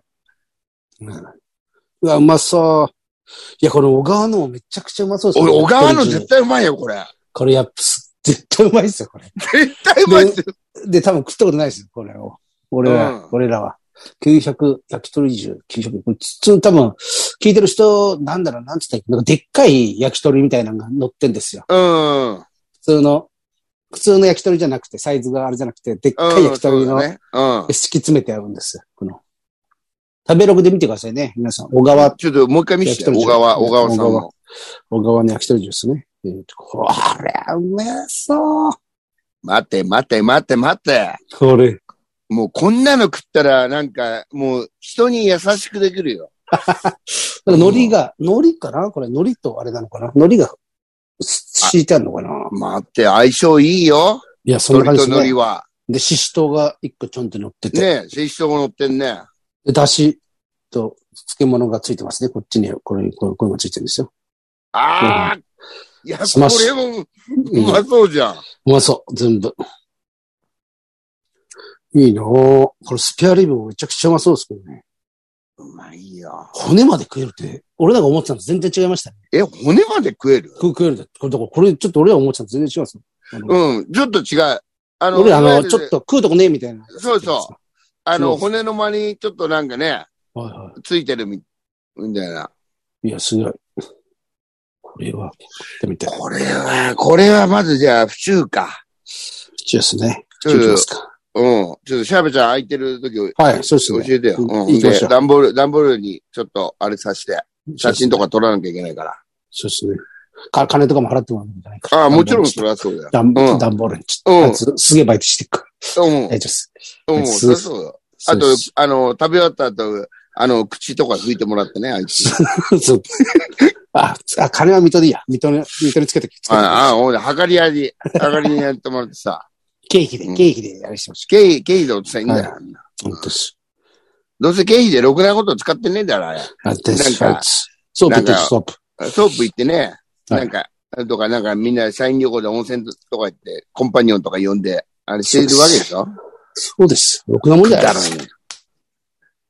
S2: うんうわ、うまそう。いや、この小川のもめちゃくちゃうまそうです
S1: お
S2: ね
S1: い小川の
S2: これ
S1: 絶対うまいよ、これ。
S2: これやっぱす、絶対うまいですよ、これ。
S1: 絶対うまいって。
S2: で、多分食ったことないですよ、これを。俺ら、
S1: うん
S2: 俺らは。900、焼き鳥重、900。これつつ多分、聞いてる人、なんだろう、なんつったっけなんかでっかい焼き鳥みたいなのが乗ってんですよ。
S1: うん。うん。
S2: 普通の、普通の焼き鳥じゃなくて、サイズがあれじゃなくて、でっかい焼き鳥
S1: そう
S2: の
S1: だね。うん。
S2: 敷き詰めてあるんですよ。この。食べログで見てくださいね。皆さん。小川、
S1: ちょっともう一回見せて、
S2: 焼き鳥
S1: 小川、小川さん
S2: 小
S1: の。
S2: 小川の焼き鳥重ですね。えーとこれ、うめそう。
S1: 待て、待て、待て、待て。
S2: これ。
S1: もうこんなの食ったら、なんか、もう人に優しくできるよ。
S2: なんか海苔が、海苔かなこれ海苔とあれなのかな海苔がす敷いてあるのかな
S1: 待って、相性いいよ。
S2: いや、そんな
S1: 鳥
S2: 感
S1: と海
S2: じですね
S1: 苔。は。
S2: で、ししとうが一個ちょんって乗ってて。
S1: ねえ、ししとうも乗ってんね。
S2: で、だしと漬物がついてますね。こっちに、これ、これ、これがついてるんですよ。
S1: ああ、いや、こ
S2: スマッシ
S1: れ
S2: ュ
S1: も
S2: うん
S1: うまそうじゃん。
S2: うまそう、全部。いいなぁこれスペアリブもめちゃくちゃうまそうですけどね。
S1: うまいよ。
S2: 骨まで食えるって、俺なんか思ってたのと全然違いましたね。
S1: え、骨まで食える
S2: 食う食えるって。これ、だからこれちょっと俺ら思ってたのと全然違うんですよあの。
S1: うん、ちょっと違う。あの、
S2: 俺らあ
S1: いわ
S2: の、
S1: ゆる
S2: ちょっと食うとこねえみたいな。
S1: そうそう。あの、
S2: そう
S1: 骨の間にちょっとなんかね、
S2: はいは
S1: ついてるみ、みたいな。
S2: い。いや、すごい。これは、食ってみたい。
S1: これは、これはまずじゃあ、府中か。
S2: チュースね。
S1: ち
S2: チ
S1: ょ
S2: ュ
S1: っ
S2: ー
S1: と
S2: です、か。
S1: うん。ちょっと、シャーベちゃん空いてる時、
S2: はい、そうです
S1: 教
S2: ね。
S1: えてよ。
S2: うん
S1: うん。
S2: 行きま
S1: で
S2: しょ、う
S1: 段ボール、段ボールにちょっと、あれさして、写真と
S2: か。
S1: か撮らなきゃいけないから。
S2: そうですね。か、金とかも払ってもらうんじゃないから。
S1: ああ、もちろんそれはそうだよ。
S2: ダンボール
S1: うん
S2: に。ダンボールにち
S1: う
S2: ょ
S1: ん
S2: っと、あいつすげえバイトしてくから。
S1: うん。
S2: 大丈夫です。
S1: うん、
S2: す
S1: そりゃそうだ。あと
S2: そうです、
S1: あの、食べ終わった後、あの、口とか拭いてもらってね、あいつ。
S2: そうあ、あ、金は水戸でいいや。水戸に、水戸につけて、つけて。
S1: ああ、ほんで、はかり屋に、はかりにやってもらってさ、
S2: 経費
S1: うん
S2: で、経費でやりしてほしい。
S1: 経費、経費で落とせばいいんだよ。
S2: 本当です。
S1: どうせ経費でろくなこと使ってねえだろ、あれ。
S2: あ、で
S1: なん
S2: す。
S1: か
S2: あいつソープとストップ。
S1: ソープ行ってね、
S2: はい
S1: なんか、とか、なんかみんな社員旅行で温泉とか行って、コンパニオンとか呼んで、あれしているわけでしょ
S2: そうです。ろくなもんじゃな
S1: だ
S2: いで
S1: ろ
S2: す。ろ
S1: ね。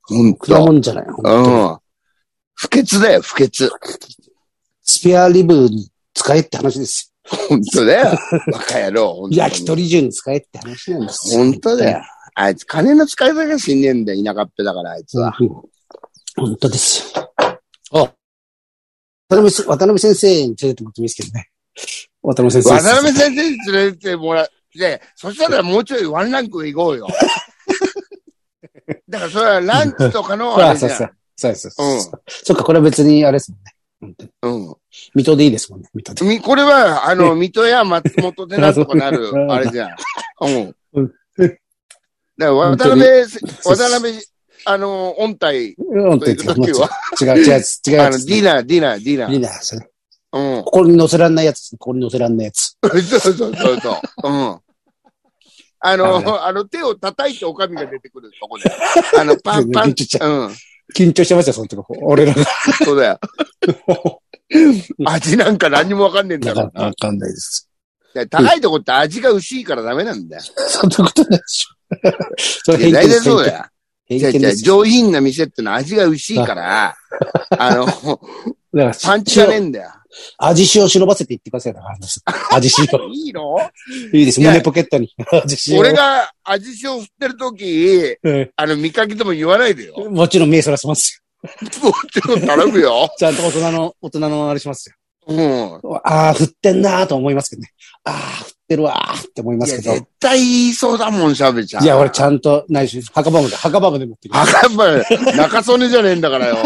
S1: ほん
S2: くなも
S1: と。
S2: んじゃない。本当に
S1: うん。不潔だよ、不潔。
S2: スペアリブに使えって話です
S1: ほんとだ よ。バカ野郎、ほんと
S2: よ。
S1: に
S2: 焼き鳥中に使えって話なんですよ。
S1: 本当だよ。あいつ、金の使い方が死んねえんだよ、田舎っぺだから、あいつは。
S2: うん本当ですよ。あ、渡辺す、渡辺先生に連れてもらってもいいですけどね。渡辺先生。
S1: 渡辺先生に連れてってもらって、そしたらもうちょいワンランク行こう よ。だからそれはランチとかのあ
S2: あ、
S1: れじ
S2: そう
S1: ゃ
S2: そ
S1: ん。
S2: う。そうそうそう。そっか、これは別にあれですもんね。本当に
S1: うん。
S2: 水戸でいいですもんね、水戸で。、
S1: み、これは、あの、水戸や松本でなんとかなる あれじゃん。うん。
S2: うん
S1: だから渡辺せ、渡辺、あの、音体
S2: うん、
S1: と行くときは、
S2: 違う、違う、違うやつ、違う
S1: あ
S2: や
S1: の、デ
S2: つ。
S1: ィナー、ディナー、ディナ
S2: いい
S1: ー。
S2: な、それ。
S1: うん。
S2: ここに載せらんないやつですね、ここに載せらんないやつ。
S1: そうそうそうそう。うん。あ
S2: なるほ
S1: の、あの、手を叩いておかみが出てくるとこで。あの、パンパン。
S2: ちっちゃ
S1: うん。
S2: 緊張してましたよ、その時。俺らが。
S1: そう だよ。味なんか何にもわかんねえんだからな。
S2: わかんないです。
S1: で高いとこって味が薄いからダメなんだよ。
S2: そんなことないでし ょ。それ
S1: いや
S2: 偏
S1: 大
S2: 見で
S1: 体
S2: す。
S1: そうだ よ。
S2: 偏
S1: じゃ
S2: 見
S1: じゃ
S2: です。
S1: 上品な店ってのは味が薄い から、あの、
S2: だから
S1: パンチがねえんだよ。
S2: 味塩を忍ばせていってください。だから味塩。
S1: いいの
S2: いいです。
S1: いや
S2: 胸ポケットに。味塩。
S1: 俺が味塩振ってる時、
S2: え
S1: あの、見かけても言わないでよ。も
S2: え。もちろん目そらします
S1: ちろん頼む よ。
S2: よ。ちゃんと大人の、大人のあれしますよ。
S1: うん。
S2: ああ、振ってんなーと思いますけどね。ああ、振ってるわーって思いま
S1: い
S2: す
S1: や、
S2: けど。
S1: 絶対言いそうだもん、しゃべちゃん。
S2: いや、俺ちゃんと、ないし、墓場まで、墓場まで持ってきます。
S1: 墓場、中曽根じゃねえんだから よ。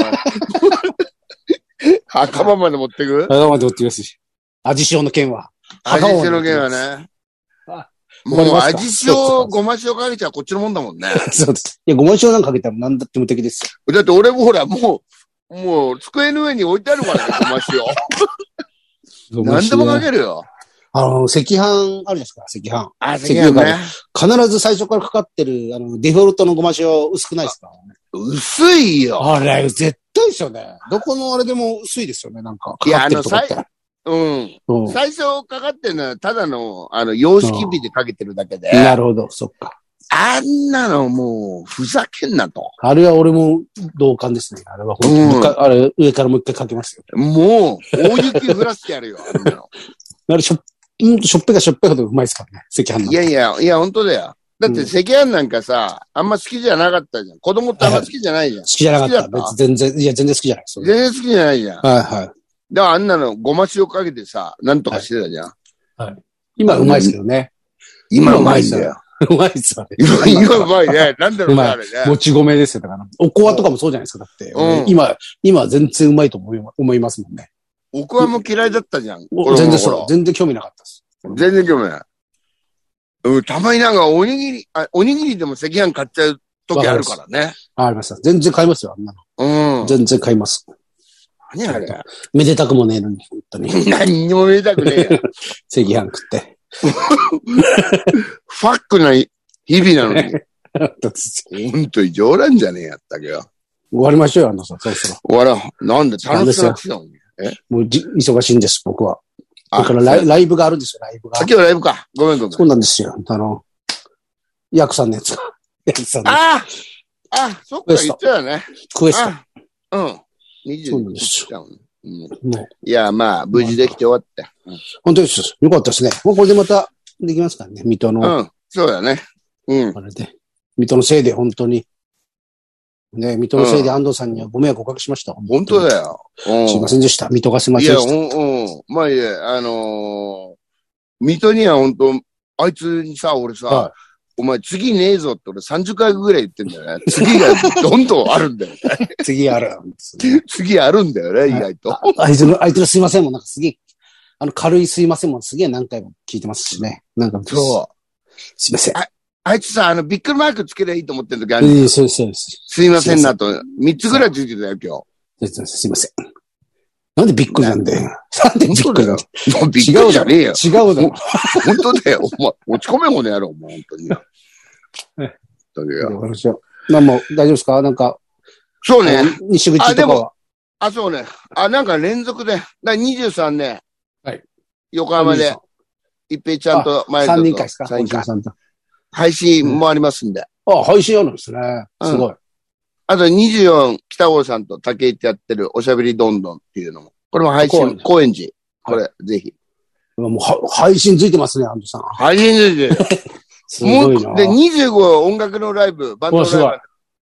S1: 墓場まで持ってく
S2: 墓場まで持ってきますし。味塩の件は。
S1: 味
S2: 墓場まで
S1: 塩
S2: 持
S1: の
S2: ってき
S1: 件
S2: ま
S1: は
S2: す
S1: ね
S2: あ。
S1: もう
S2: わかりま
S1: 味
S2: すか
S1: 塩
S2: そうそ、う
S1: ごま塩かけちゃこっちのもんだもんね。
S2: そうです。いや、ごま塩なんかかけたら何だって無敵ですよ。
S1: だって俺もほら、もう、 もう机の上に置いてあるからね、ごま塩。何でもかけるよ。
S2: あの、赤飯あるじゃないですか、赤飯。
S1: あ、
S2: 赤飯
S1: 赤飯ね。
S2: 必ず最初からかかってる、あの、デフォルトのごま塩薄くないですか
S1: 薄いよ。
S2: あれ、絶対ですよね。どこのあれでも薄いですよね、なんか。
S1: いや
S2: かかってるとこって
S1: あうん。
S2: うん
S1: 最初かかってるのは、ただの、あの、様式美でかけてるだけで。
S2: なるほど、そっか。
S1: あんなのもう、ふざけんなと。
S2: あれは俺も同感ですね。あれは本当に
S1: うん
S2: もう一回、あれ、上からもう一回かけますよ。
S1: もう、大雪降らせてやるよ、あんなの。
S2: あれ、しょっ、うんしょっぺがしょっぺがで うまいですからね、赤飯の。
S1: いやいや、いや、本当だよ。だって、赤飯なんかさ、あんま好きじゃなかったじゃん。子供ってあんま好きじゃないじゃん
S2: 好。きじゃなかった。
S1: 好きだった
S2: 別に全然、いや、全然好きじゃないです。
S1: 全然好きじゃないじゃん。だか
S2: はいはい。
S1: らあんなの、ごま塩かけてさ、なんとかしてたじゃん。
S2: 今うまいですけどね。
S1: 今うまいんだよ。
S2: うまいですよね。
S1: 今、今うまい ね。なんだろうね、あれね。
S2: もち米ですよ、だから。おこわとかもそうじゃないですか、だって。
S1: うん
S2: 今、今は全然うまいと思い思いますもんね。
S1: おこわも嫌いだったじゃん。
S2: お
S1: 俺も
S2: 全然そ
S1: ほ
S2: う。
S1: ら
S2: 全然興味なかったです。
S1: 全然興味ない。うん、たまになんかおにぎり、あおにぎりでも赤飯買っちゃう時あるからね。
S2: あ、ありました。全然買いますよ、あんなの。
S1: うん。
S2: 全然買います。
S1: 何あれ。
S2: めでたくもねえのに、本当に。赤
S1: 何にも見えたくねえ よ。
S2: 飯食って。
S1: ファックな日々なの
S2: だって終
S1: に。ほんと冗談じゃねえやったけど。
S2: わりましょうよ、あのさん、そろそろ。
S1: わら、なんで楽しくなってきたのに。
S2: もうじ、忙しいんです、僕は。
S1: あ
S2: だからライライブがあるんですよ、ライブが。
S1: 先はライブか。ごめんごめん
S2: そ。うなんですよ。あの、ヤクさんのやつが。ヤクさんの
S1: あああそっか、言ってたね。
S2: クエスト。
S1: あうん。
S2: そうなん
S1: 20
S2: です
S1: だもんねうん
S2: もう、
S1: いや、まあ、無事できて終わった。
S2: 本当です。よかったですね。もうこれでまたできますからね、水戸の。
S1: うん。そうだね。うん。
S2: あれで。水戸のせいで、本当に。ね、水戸のせいで安藤さんにはご迷惑をおかけしました。
S1: 本当
S2: よ。
S1: だよ。うん
S2: すいませんでした。水戸がすいま
S1: い
S2: せん
S1: や、
S2: で
S1: う
S2: した。
S1: ん、うん。まあいいや、あのー、水戸には本当あいつにさ、俺さ、
S2: はい
S1: お前次ねえぞって俺30回ぐらい言ってんだよね。次 がどんどんあるんだよ。
S2: 次ある。
S1: 次あるんだよね、意外と。
S2: あいつの、あいつのすいませんもなんかすげえ、あの、軽いすいませんもすげえ何回も聞いてますしね。なんか、
S1: そう。
S2: すいません。
S1: あいつさ、あの、ビックルマークつけりゃいいと思ってん時ある
S2: ええ、そうです、そうです。
S1: すいませんなと、3つぐらいついてたよ、今日。
S2: すいません。なんでびっくりなんだよ。なんでびっくりなんだよ。
S1: もうびっく
S2: 違
S1: り
S2: う
S1: じ
S2: だ
S1: ゃ
S2: ろ。
S1: ねえよ。
S2: 違うだろ。
S1: 本当だよ。お前、落ち込めんこの野郎、もう本当に。本当によ
S2: 私は。まあもう、大丈夫ですかなんか、
S1: そうね。
S2: 西口とかは。
S1: あ、そうね。あ、なんか連続で。だ23ね。
S3: はい。
S1: 横浜で、一平ちゃんと前田
S2: 3
S1: と。
S2: 人会ですか
S1: 三人会
S2: さんと。
S1: 配信もありますんで。
S2: あ、配信あるんですね。すごい。
S1: あと24、北郷さんと竹井ってやってるおしゃべりどんどんっていうのも。これも配
S2: 高円
S1: 信、
S2: 寺
S1: 高円寺。これ、ぜひ。
S2: もうは配信ついてますね、アンドさん。
S1: 配信ですよ。
S2: すごい
S1: も
S2: な
S1: う。で、25音楽のライブ、バンドのライブ
S2: うわすごい。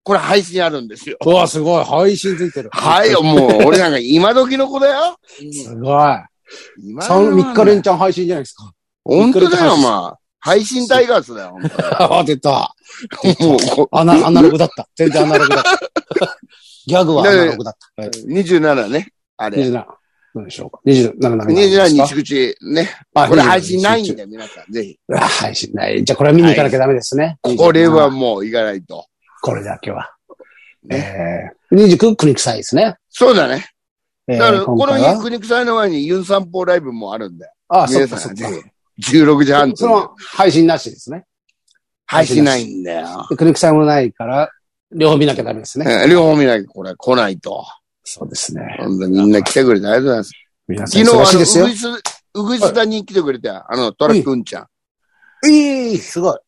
S1: これ配信あるんですよ。
S2: うわ、すごい。配信ついてる。
S1: はい、もう、俺なんか今時の子だよ。
S2: すごい。
S1: 今の
S2: 三三日連チャン配信じゃないですか。
S1: 本当だよ、まあ。配信タイガースだよ、本当だよ
S2: あ、出た。
S1: もうこ
S2: アナ、アナログだった。全然アナログだった。 ギャグはアナログだった。はい。
S1: 27ね。あれ。
S2: 27。どうでしょうか。27な
S1: 27西口ね。これ配信ないん
S2: で
S1: で、皆さん。ぜひ。
S2: すか。あ配信ない。じゃあこれは見に行かなきゃダメですね。
S1: これは。もう行かないと。
S2: これだけは。ええ。29、国臭いですね。
S1: そうだね。
S2: え
S1: だ
S2: え
S1: から、こ
S2: 今
S1: の
S2: 回
S1: 日、
S2: は。
S1: 国際の前にユン散歩ライブもあるんで。
S2: あ、そ
S1: 皆
S2: っか
S1: さ
S2: そっ
S1: ん、
S2: か
S1: ぜ。ひ。16時半と
S2: そ
S1: いう
S2: の配信なしですね。
S1: 配信ないんだよ。
S2: でクリクさんもないから、両方見なきゃダメですね。
S1: うん両方見ないと、これ来ないと。
S2: そうですね。
S1: ほんとみんな来てくれてありがとうございます。
S2: 皆
S1: 昨
S2: さん
S1: 日、あ
S2: 忙
S1: の、
S2: しいですよ
S1: う。ぐいす、うぐいす谷に来てくれて、あの、トラックうんちゃん。
S2: ええすごい。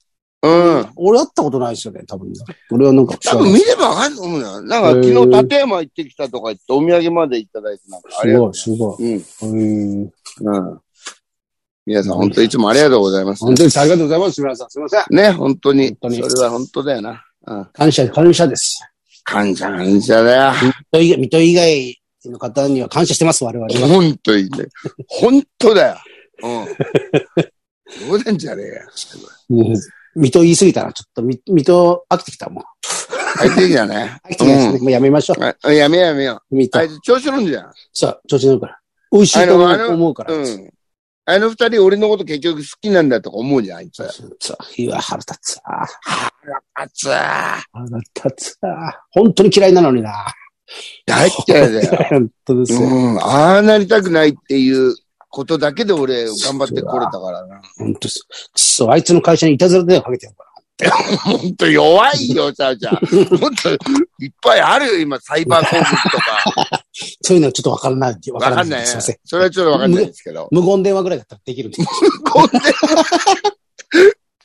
S1: うん。
S2: 俺会ったことないですよね、多分。俺はなんか。
S1: 多分見ればわかると思うよ。なんか
S2: へー
S1: 昨日立山行ってきたとか言ってお土産までいただいてなんかあり
S2: す
S1: が
S2: ご
S1: と
S2: い、すごい。
S1: う。うん。
S2: うん。
S1: うん。皆さん本当いつもありがとうございます。
S2: 本当にありがとうございます、皆さん。すいません。
S1: ね、本当に。
S2: 本当に
S1: それは本当だよな。うん。
S2: 感謝、感謝です。
S1: 感謝感謝だよ。
S2: 水戸以外水戸以外の方には感謝してます、我々は。
S1: 本当にね。本当だよ。 うん。冗談じゃねえよ。
S2: うん水戸言い過ぎたら、ちょっと、み水戸飽きてきた、もう。
S1: 入ってきたね。
S2: 飽きてきたですね。もうやめましょ
S1: あやめようやめよ
S2: う。水
S1: う。あい
S2: 戸。
S1: つ調子乗るんじゃん。
S2: そう、調子乗るから。美味しいと
S1: あのあ
S2: 思う
S1: の
S2: 思うから。
S1: うん。あの二人俺のこと結局好きなんだとか思うじゃん、あいつ。
S2: そう、いや、腹立つわ。
S1: あつー。
S2: 腹立つわ。本当に嫌いなのにな。
S1: 大嫌いだよ。
S2: 本当ですよ。
S1: うん、ああなりたくないっていうことだけで俺頑張ってこれたから な。
S2: 本当です。くそ、あいつの会社にいたずら電話かけてやるから。
S1: ほんと弱いよ、さあちゃん。もっといっぱいあるよ、今、サイバー攻撃とか。
S2: そういうのはちょっとわからない。わ
S1: わかんないね。
S2: すいません。
S1: それはちょっとわかんないですけど。
S2: 無言電話ぐらいだったらできるんで。
S1: 無言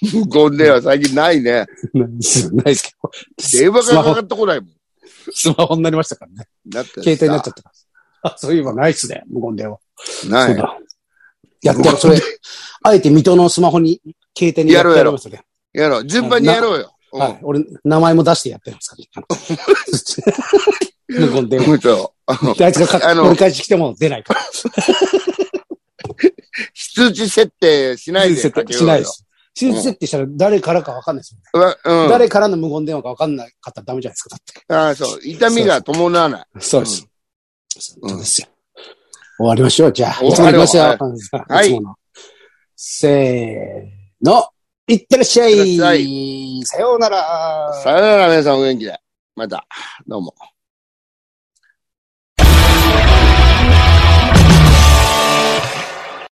S1: で。 無言では最近ない ね。
S2: ないですないですけど。
S1: 電話
S2: ス
S1: が
S2: マ
S1: か
S2: ホ
S1: か、ってこないもん。
S2: スマホになりましたからね。
S1: だってさ
S2: 携帯になっちゃったから。あ、そういえばないっすね。無言電話。
S1: な
S2: そう
S1: い。
S2: だ。やったらそれ、あえて水戸のスマホに、携帯に
S1: やろうやろう
S2: ってりますよね
S1: やろう。順番にやろうよ。
S2: はい。俺、名前も出してやってます から。無言 電
S1: うん。
S2: 話。
S1: うんと、あの、
S2: であいつがか
S1: あの
S2: 取り返してきても出ないから。
S1: 通知設定しないで
S2: 設
S1: か
S2: 定
S1: けようよ。
S2: しないです。手術設定したら誰からかわかんないですよね。
S1: わうん。
S2: 誰からの無言電話かわかんなかったらダメじゃないですか、だって。
S1: ああ、そう。痛みが伴わない。
S2: そう。
S1: ですうん
S2: そうですよ。終わりましょう、じゃあ。
S1: 終わろう
S2: いつもの行きますよ。
S1: はいはい
S2: いつもの。せーの。いってらっしゃ
S1: いってらっしゃ
S2: い。さようなら。
S1: さよなら皆さんお元気で。また、どうも。